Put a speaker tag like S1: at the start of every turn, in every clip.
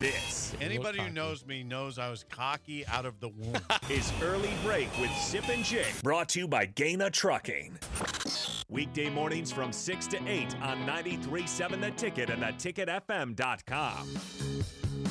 S1: this.
S2: Anybody who knows me knows I was cocky out of the womb.
S1: Is Early Break with Zip and Jake, brought to you by Gaina Trucking. Weekday mornings from 6 to 8 on 93.7 The Ticket and theticketfm.com.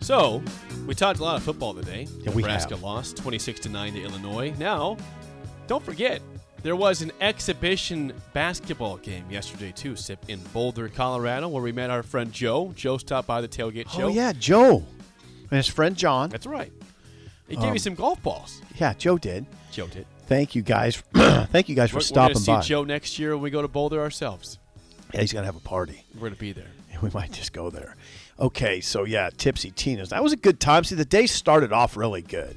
S3: So, we talked a lot of football today.
S2: Yeah, we
S3: Nebraska
S2: have.
S3: lost 26 to 9 to Illinois. Now, don't forget, there was an exhibition basketball game yesterday too, Sip in Boulder, Colorado, where we met our friend Joe. Joe stopped by the tailgate show.
S2: Oh yeah, Joe and his friend John.
S3: That's right. He gave me some golf balls.
S2: Yeah, Um, Joe did.
S3: Joe did.
S2: Thank you guys. Thank you guys for
S3: We're, we're
S2: stopping
S3: gonna
S2: by.
S3: see Joe next year when we go to Boulder ourselves.
S2: Yeah, he's gonna have a party.
S3: We're gonna be there.
S2: We might just go there. Okay, so yeah, Tipsy Tina's. That was a good time. See, the day started off really good.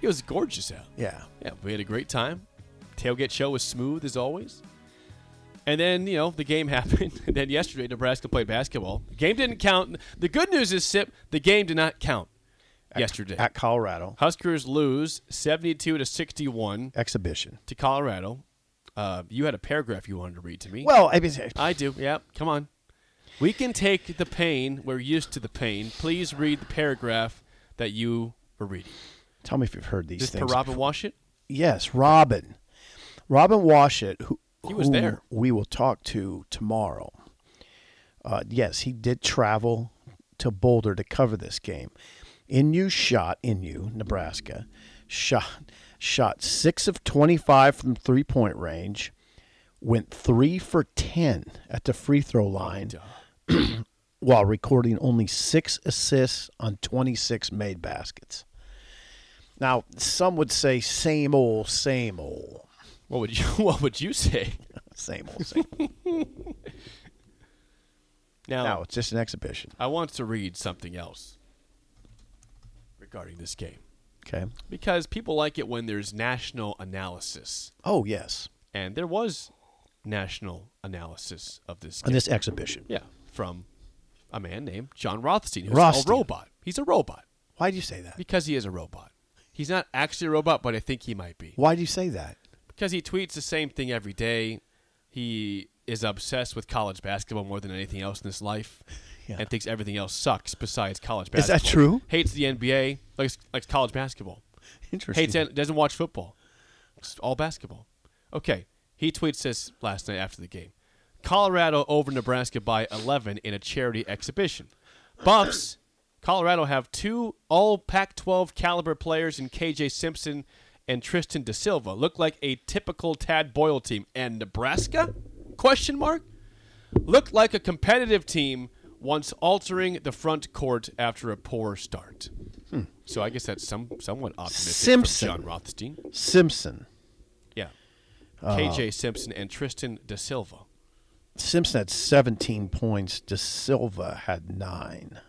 S3: It was gorgeous out.
S2: Yeah.
S3: Yeah, we had a great time. Tailgate show was smooth as always. And then, you know, the game happened. And then yesterday, Nebraska played basketball. The game didn't count. The good news is, Sip, the game did not count yesterday.
S2: At Colorado
S3: Huskers lose 72 to 61
S2: exhibition.
S3: to Colorado. Uh, you had a paragraph you wanted to read to me.
S2: Well, I mean,
S3: I do. Yeah, come on. We can take the pain. We're used to the pain. Please read the paragraph that you were reading.
S2: tell me if you've heard these
S3: Just
S2: things.
S3: Parava wash it?
S2: Yes, Robin. Robin Washit, who,
S3: He was
S2: who
S3: there.
S2: we will talk to tomorrow. Uh, yes, he did travel to Boulder to cover this game. Inu shot, Inu, Nebraska, shot, shot 6 of 25 from three point range, went 3 for 10 at the free throw
S3: Oh,
S2: line while recording only six assists on 26 made baskets. Now, some would say same old, same old,
S3: What would you What would you say?
S2: same old, same old.
S3: Now,
S2: no, it's just an exhibition.
S3: I want to read something else regarding this game
S2: Okay.
S3: because people like it when there's national analysis,
S2: Oh, yes.
S3: and there was national analysis of this
S2: On
S3: game.
S2: this exhibition.
S3: yeah, from a man named John Rothstein, who's
S2: Rothstein.
S3: a robot. He's a robot
S2: Why do you say that?
S3: because he is a robot. He's not actually a robot, but I think he might be
S2: Why do you say that?
S3: because he tweets the same thing every day. He is obsessed with college basketball more than anything else in his life,
S2: Yeah.
S3: and thinks everything else sucks besides college
S2: Is
S3: basketball.
S2: that true?
S3: Hates the NBA, likes likes college basketball.
S2: Interesting.
S3: Hates and doesn't watch football. It's all basketball. Okay, he tweets this last night after the game. Colorado over Nebraska by 11 in a charity exhibition. Buffs, Colorado have two all Pac-12 caliber players in KJ Simpson and Tristan Da Silva. Look like a typical Tad Boyle team. And Nebraska? Question mark. Look like a competitive team once altering the front court after a poor start. So I guess that's some somewhat optimistic
S2: Simpson.
S3: from John Rothstein.
S2: Simpson.
S3: Yeah. KJ Simpson and Tristan Da Silva.
S2: Simpson had 17 points. De Silva had nine.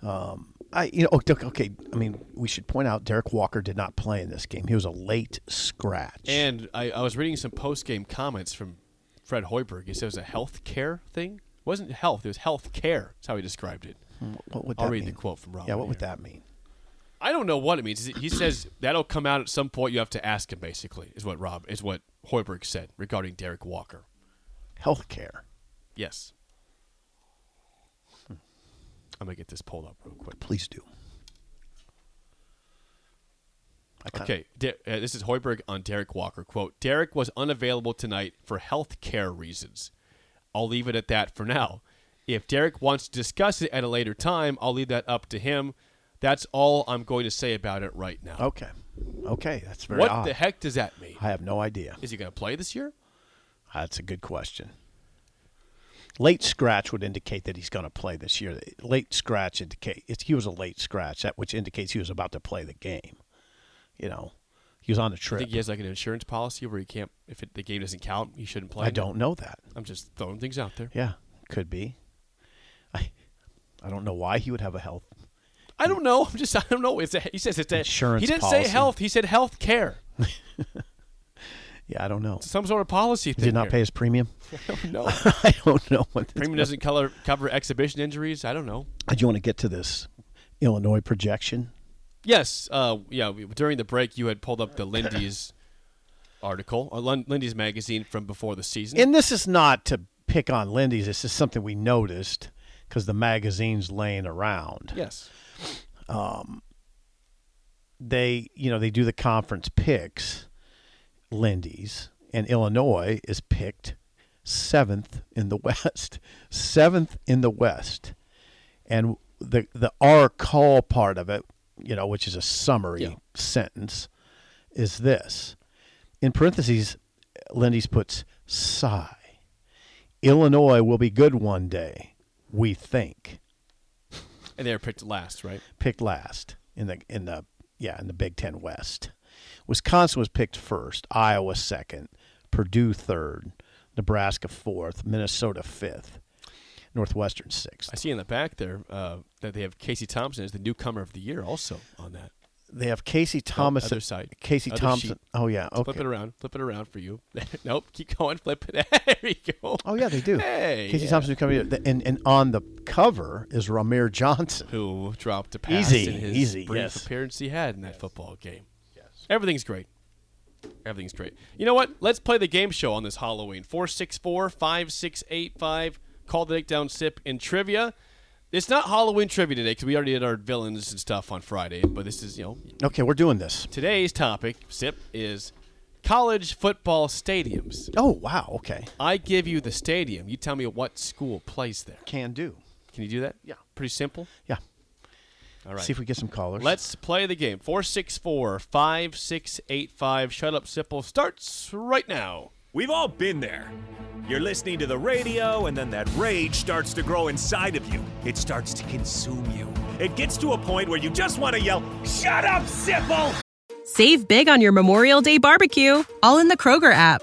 S2: Um, I you know okay, okay. I mean, we should point out Derek Walker did not play in this game. He was a late scratch.
S3: And I, I was reading some post game comments from Fred Hoiberg. He said it was a health care thing. It wasn't health, it was health care. That's how he described it.
S2: what would that
S3: I'll read
S2: mean?
S3: the quote from Robin
S2: Yeah, what would
S3: here.
S2: that mean?
S3: I don't know what it means. He says that'll come out at some point. You have to ask him, basically, is what Rob is what Hoiberg said regarding Derek Walker.
S2: Healthcare.
S3: Yes. Hmm. I'm gonna get this pulled up real quick.
S2: Please do. I kinda-
S3: Okay, Der- uh, this is Hoiberg on Derek Walker. Quote, Derek was unavailable tonight for health care reasons. I'll leave it at that for now. If Derek wants to discuss it at a later time, I'll leave that up to him. That's all I'm going to say about it right now.
S2: Okay. Okay. That's Oh, very
S3: what
S2: odd.
S3: the heck does that mean?
S2: I have no idea.
S3: Is he going to play this year?
S2: That's a good question. Late scratch would indicate that he's going to play this year. Late scratch indicate it's, he was a late scratch, that which indicates he was about to play the game. You know, he was on a
S3: I
S2: trip.
S3: think he has like an insurance policy where he can't. If it, the game doesn't count, he shouldn't play.
S2: I don't know that.
S3: I'm just throwing things out there.
S2: Yeah, could be. I, I don't know why he would have a health.
S3: I don't know. I'm just. I don't know. It's a, he says it's a,
S2: Insurance
S3: He didn't
S2: policy.
S3: say health. He said health care.
S2: Yeah, I don't know.
S3: Some sort of policy
S2: Did
S3: thing.
S2: he not pay
S3: here.
S2: his premium?
S3: No.
S2: I don't know what. this-
S3: Premium doesn't color, cover exhibition injuries. I don't know.
S2: I do want to get to this Illinois projection.
S3: Yes. Uh, yeah. we- During the break, you had pulled up the Lindy's article, or Lin- Lindy's magazine from before the season.
S2: And this is not to pick on Lindy's. This is something we noticed because the magazine's laying around.
S3: yes.
S2: They, you know, they do the conference picks, Lindy's, and Illinois is picked seventh in the West. seventh in the West. And the the our call part of it, you know, which is a summary
S3: Yeah.
S2: sentence, is this. In parentheses, Lindy's puts sigh. Illinois will be good one day, we think.
S3: And they're picked last, right?
S2: Picked last in the in the yeah in the Big Ten West. Wisconsin was picked first, Iowa second, Purdue third, Nebraska fourth, Minnesota fifth, Northwestern
S3: I
S2: sixth.
S3: see in the back there uh, that they have Casey Thompson as the newcomer of the year, also on that.
S2: They have Casey Thomas.
S3: Oh, other side.
S2: Casey
S3: Other
S2: Thompson.
S3: sheet.
S2: Oh yeah. Okay.
S3: Flip it around. Flip it around for you. nope. Keep going. Flip it. there we go.
S2: Oh yeah, they do.
S3: Hey,
S2: Casey
S3: yeah.
S2: Thompson coming and and on the cover is Ramir Johnson.
S3: Who dropped a pass
S2: Easy,
S3: in his
S2: easy,
S3: brief
S2: yes.
S3: appearance he had in that football game? Yes. Everything's great. Everything's great. You know what? Let's play the game show on this Halloween. 464 5685. Call the Nick Down Sip in trivia. It's not Halloween trivia today because we already did our villains and stuff on Friday, but this is, you know,
S2: Okay, we're doing this.
S3: today's topic, Sip, is college football stadiums.
S2: Oh wow. Okay.
S3: I give you the stadium. You tell me what school plays there.
S2: Can do.
S3: Can you do that? Yeah. Pretty simple.
S2: Yeah.
S3: All right.
S2: See if we get some callers.
S3: Let's play the game. 464 5685. Shut up, Sipple starts right now.
S1: We've all been there. You're listening to the radio, and then that rage starts to grow inside of you. It starts to consume you. It gets to a point where you just want to yell, Shut up, Sipple!
S4: Save big on your Memorial Day barbecue, all in the Kroger app.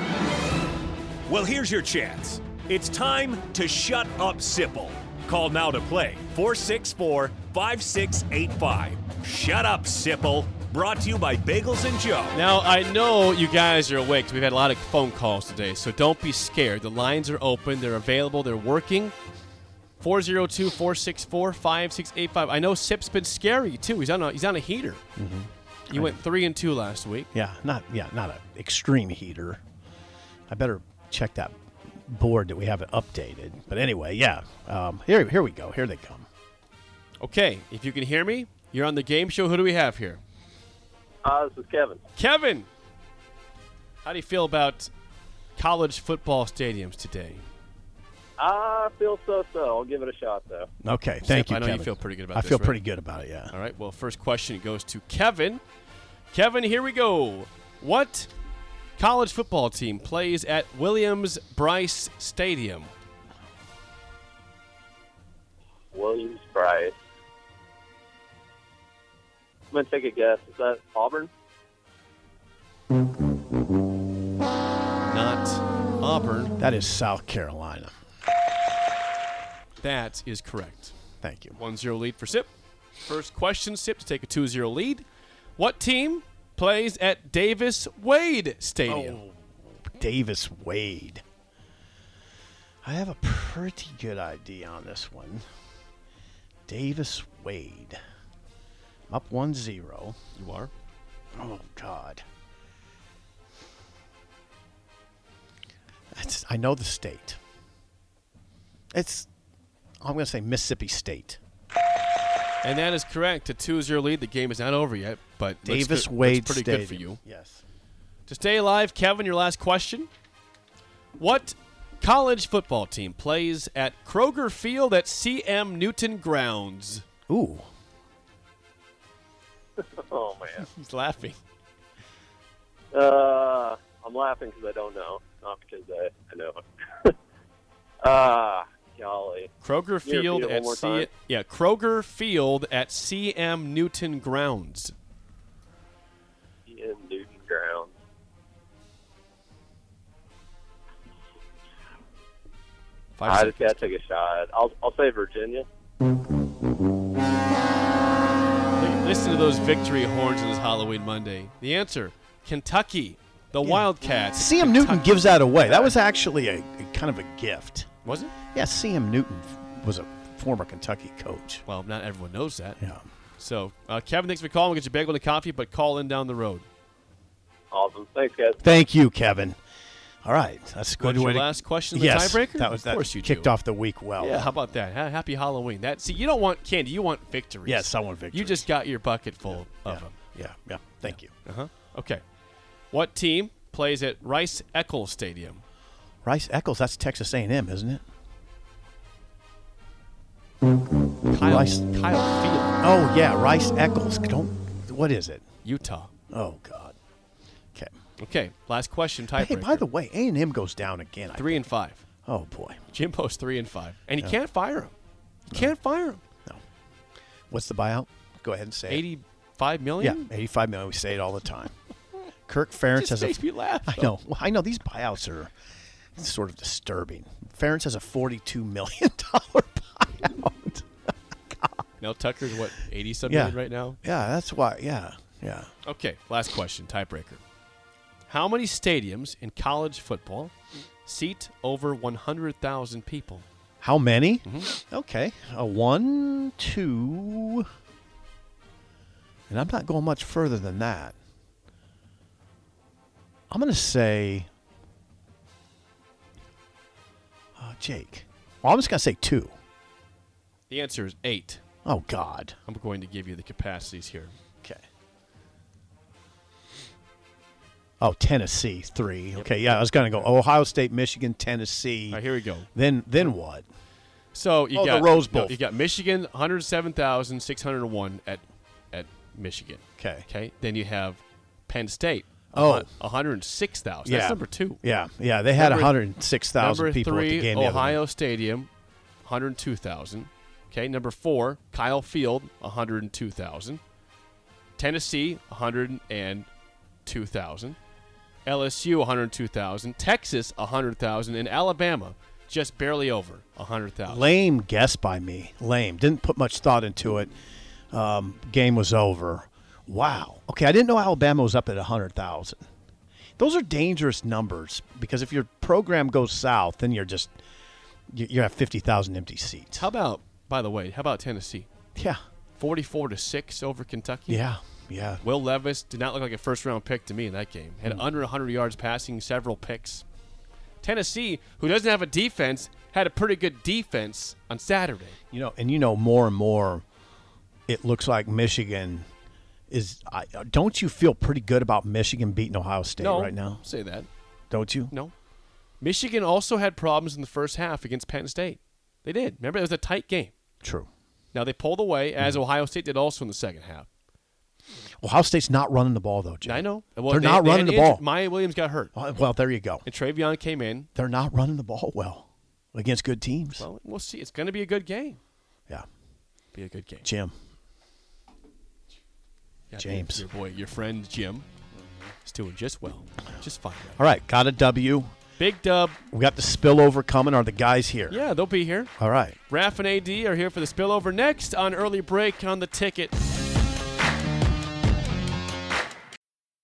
S1: Well, here's your chance. It's time to shut up, Sipple. Call now to play 464 5685. Shut up, Sipple. Brought to you by Bagels and Joe.
S3: Now, I know you guys are awake 'cause we've had a lot of phone calls today, so don't be scared. The lines are open, they're available, they're working. 402 464 5685. I know Sip's been scary, too. He's on a, he's on a heater. You went 3 and 2 last week.
S2: Yeah. Not yeah. Not an extreme heater. I better check that board that we haven't updated. But anyway, yeah. Um, here here we go. Here they come.
S3: Okay, if you can hear me, you're on the game show. Who do we have here?
S5: Uh, this is Kevin.
S3: Kevin, how do you feel about college football stadiums today?
S5: I feel so so. I'll give it a shot though.
S2: Okay. Thank
S3: Sip,
S2: you.
S3: I know you
S2: Kevin.
S3: feel pretty good about
S2: I
S3: this,
S2: feel
S3: right?
S2: pretty good about it. Yeah.
S3: All right, well, first question goes to Kevin. Kevin, here we go. What college football team plays at Williams Bryce Stadium?
S5: Williams Bryce. I'm gonna take a guess. Is that Auburn?
S3: Not Auburn.
S2: That is South Carolina.
S3: That is correct.
S2: Thank you.
S3: 1 0 lead for SIP. First question SIP to take a 2 0 lead. What team plays at Davis Wade Stadium?
S2: Oh. Davis Wade. I have a pretty good idea on this one. Davis Wade. I'm up 1 0.
S3: You are.
S2: Oh, God. It's, I know the state. It's, I'm going to say Mississippi State.
S3: And that is correct. A 2 0 lead. The game is not over yet, but looks
S2: Davis
S3: good- looks
S2: Wade
S3: pretty
S2: Stadium.
S3: good for you.
S2: Yes.
S3: To stay alive, Kevin, your last question. What college football team plays at Kroger Field at CM Newton Grounds?
S2: Ooh.
S5: Oh man,
S3: He's laughing.
S5: uh, I'm laughing because I don't know, not because I, I know. it. Ah, golly.
S3: Kroger
S5: Can you repeat
S3: Field
S5: it one
S3: at
S5: more
S3: C-
S5: time?
S3: yeah Kroger Field at CM Newton Grounds.
S5: in Newton Grounds.
S3: Five
S5: I
S3: seconds.
S5: just gotta take a shot. I'll I'll say Virginia.
S3: Li- Listen to those victory horns on this Halloween Monday. The answer: Kentucky. The Wildcats.
S2: CM Newton gives that away. That was actually a, a kind of a gift.
S3: Was it?
S2: Yeah, CM Newton f- was a former Kentucky coach.
S3: Well, not everyone knows that.
S2: Yeah.
S3: So, uh, Kevin, thanks for calling. We'll get you a bagel and a coffee, but call in down the road.
S5: Awesome. Thanks, guys.
S2: Thank you, Kevin. All right, that's a good
S3: That's
S2: way
S3: your
S2: to
S3: last question in the
S2: yes,
S3: tiebreaker?
S2: That was
S3: Of
S2: that
S3: course you
S2: kicked
S3: do.
S2: off the week well.
S3: Oh, Yeah, how about that? Ha- Happy Halloween. That see, you don't want candy, you want victories.
S2: Yes, I want
S3: You
S2: victories.
S3: just got your bucket full
S2: yeah,
S3: of them.
S2: yeah, yeah. Thank you.
S3: Uh huh. Okay. What team plays at Rice Eccles Stadium?
S2: Rice Eccles, that's Texas A&M, isn't it?
S3: Kyle,
S2: Rice-
S3: Kyle Field,
S2: Oh yeah, Rice Eccles. Don't. What is it?
S3: Utah.
S2: Oh God. Okay.
S3: Okay. Last question. Tiebreaker.
S2: Hey, by the way, A&M goes down again. I
S3: three and five.
S2: Oh boy.
S3: Jimbo's three and five, and you can't fire him. You can't fire him.
S2: What's the buyout? Go ahead and say it.
S3: Eighty-five
S2: Yeah,
S3: million.
S2: 85 million. We say it all the time. Kirk Ferentz
S3: Just
S2: has a.
S3: makes me laugh,
S2: I
S3: though.
S2: know. Well, I know these buyouts are sort of disturbing. Ferentz has a 42 million dollar buyout.
S3: Now Tucker's what eighty something
S2: Yeah.
S3: right now.
S2: Yeah, that's why. Yeah, yeah.
S3: Okay, last question, tiebreaker. How many stadiums in college football seat over 100,000 people?
S2: How many?
S3: Mm-hmm.
S2: Okay, a one, two, and I'm not going much further than that. I'm going to say, uh, Jake. Well, I'm just going to say two.
S3: The answer is 8.
S2: Oh God.
S3: I'm going to give you the capacities here.
S2: Okay. Oh, Tennessee three. Okay, yeah, I was gonna go Ohio State, Michigan, Tennessee.
S3: All right, here we go.
S2: Then, then what?
S3: So you
S2: Oh, the
S3: got
S2: Rose
S3: no,
S2: Bowl.
S3: you got Michigan 107,601 at at Michigan.
S2: 'Kay.
S3: Okay. Then you have Penn State.
S2: Oh.
S3: a hun- 106,000. That's number 2.
S2: Yeah, yeah. They had
S3: Number-
S2: one hundred six thousand
S3: number
S2: people
S3: three,
S2: at the game. the other
S3: Ohio
S2: night.
S3: Stadium, 102,000. Okay, number four, Kyle Field, 102,000. Tennessee, 102,000. LSU, 102,000. Texas, 100,000. And Alabama, just barely over 100,000.
S2: Lame guess by me. Lame. Didn't put much thought into it. Um, game was over. Wow. Okay, I didn't know Alabama was up at hundred thousand. Those are dangerous numbers because if your program goes south, then you're just you, you have fifty thousand empty seats.
S3: How about, by the way, how about Tennessee?
S2: Yeah.
S3: 44 to 6 over Kentucky?
S2: Yeah, yeah.
S3: Will Levis did not look like a first round pick to me in that game. Had
S2: Hmm.
S3: under 100 yards passing, several picks. Tennessee, who doesn't have a defense, had a pretty good defense on Saturday.
S2: You know, and you know more and more, it looks like Michigan is. I, don't you feel pretty good about Michigan beating Ohio State
S3: no,
S2: right now?
S3: say that.
S2: Don't you?
S3: No. Michigan also had problems in the first half against Penn State. They did. Remember, it was a tight game.
S2: True.
S3: Now they pulled
S2: Hmm.
S3: away, as Ohio State did also in the second half.
S2: Ohio State's not running the ball though, Jim.
S3: I know. Well,
S2: they're
S3: they-
S2: not
S3: they had
S2: running the
S3: an injury-
S2: ball.
S3: Maya Williams got hurt,
S2: Well, well, there you go.
S3: and Travion came in.
S2: They're not running the ball well against good teams.
S3: Well, we'll see. It's going to be a good game.
S2: yeah,
S3: Be a good game.
S2: Jim.
S3: Yeah,
S2: James.
S3: Mm-hmm. Your boy, your friend Jim, is doing just well, just fine. right now.
S2: All right, got a W.
S3: Big Dub.
S2: We got the spillover coming. Are the guys here?
S3: Yeah, they'll be here.
S2: All right.
S3: Raph and AD are here for the spillover next on early break on the ticket.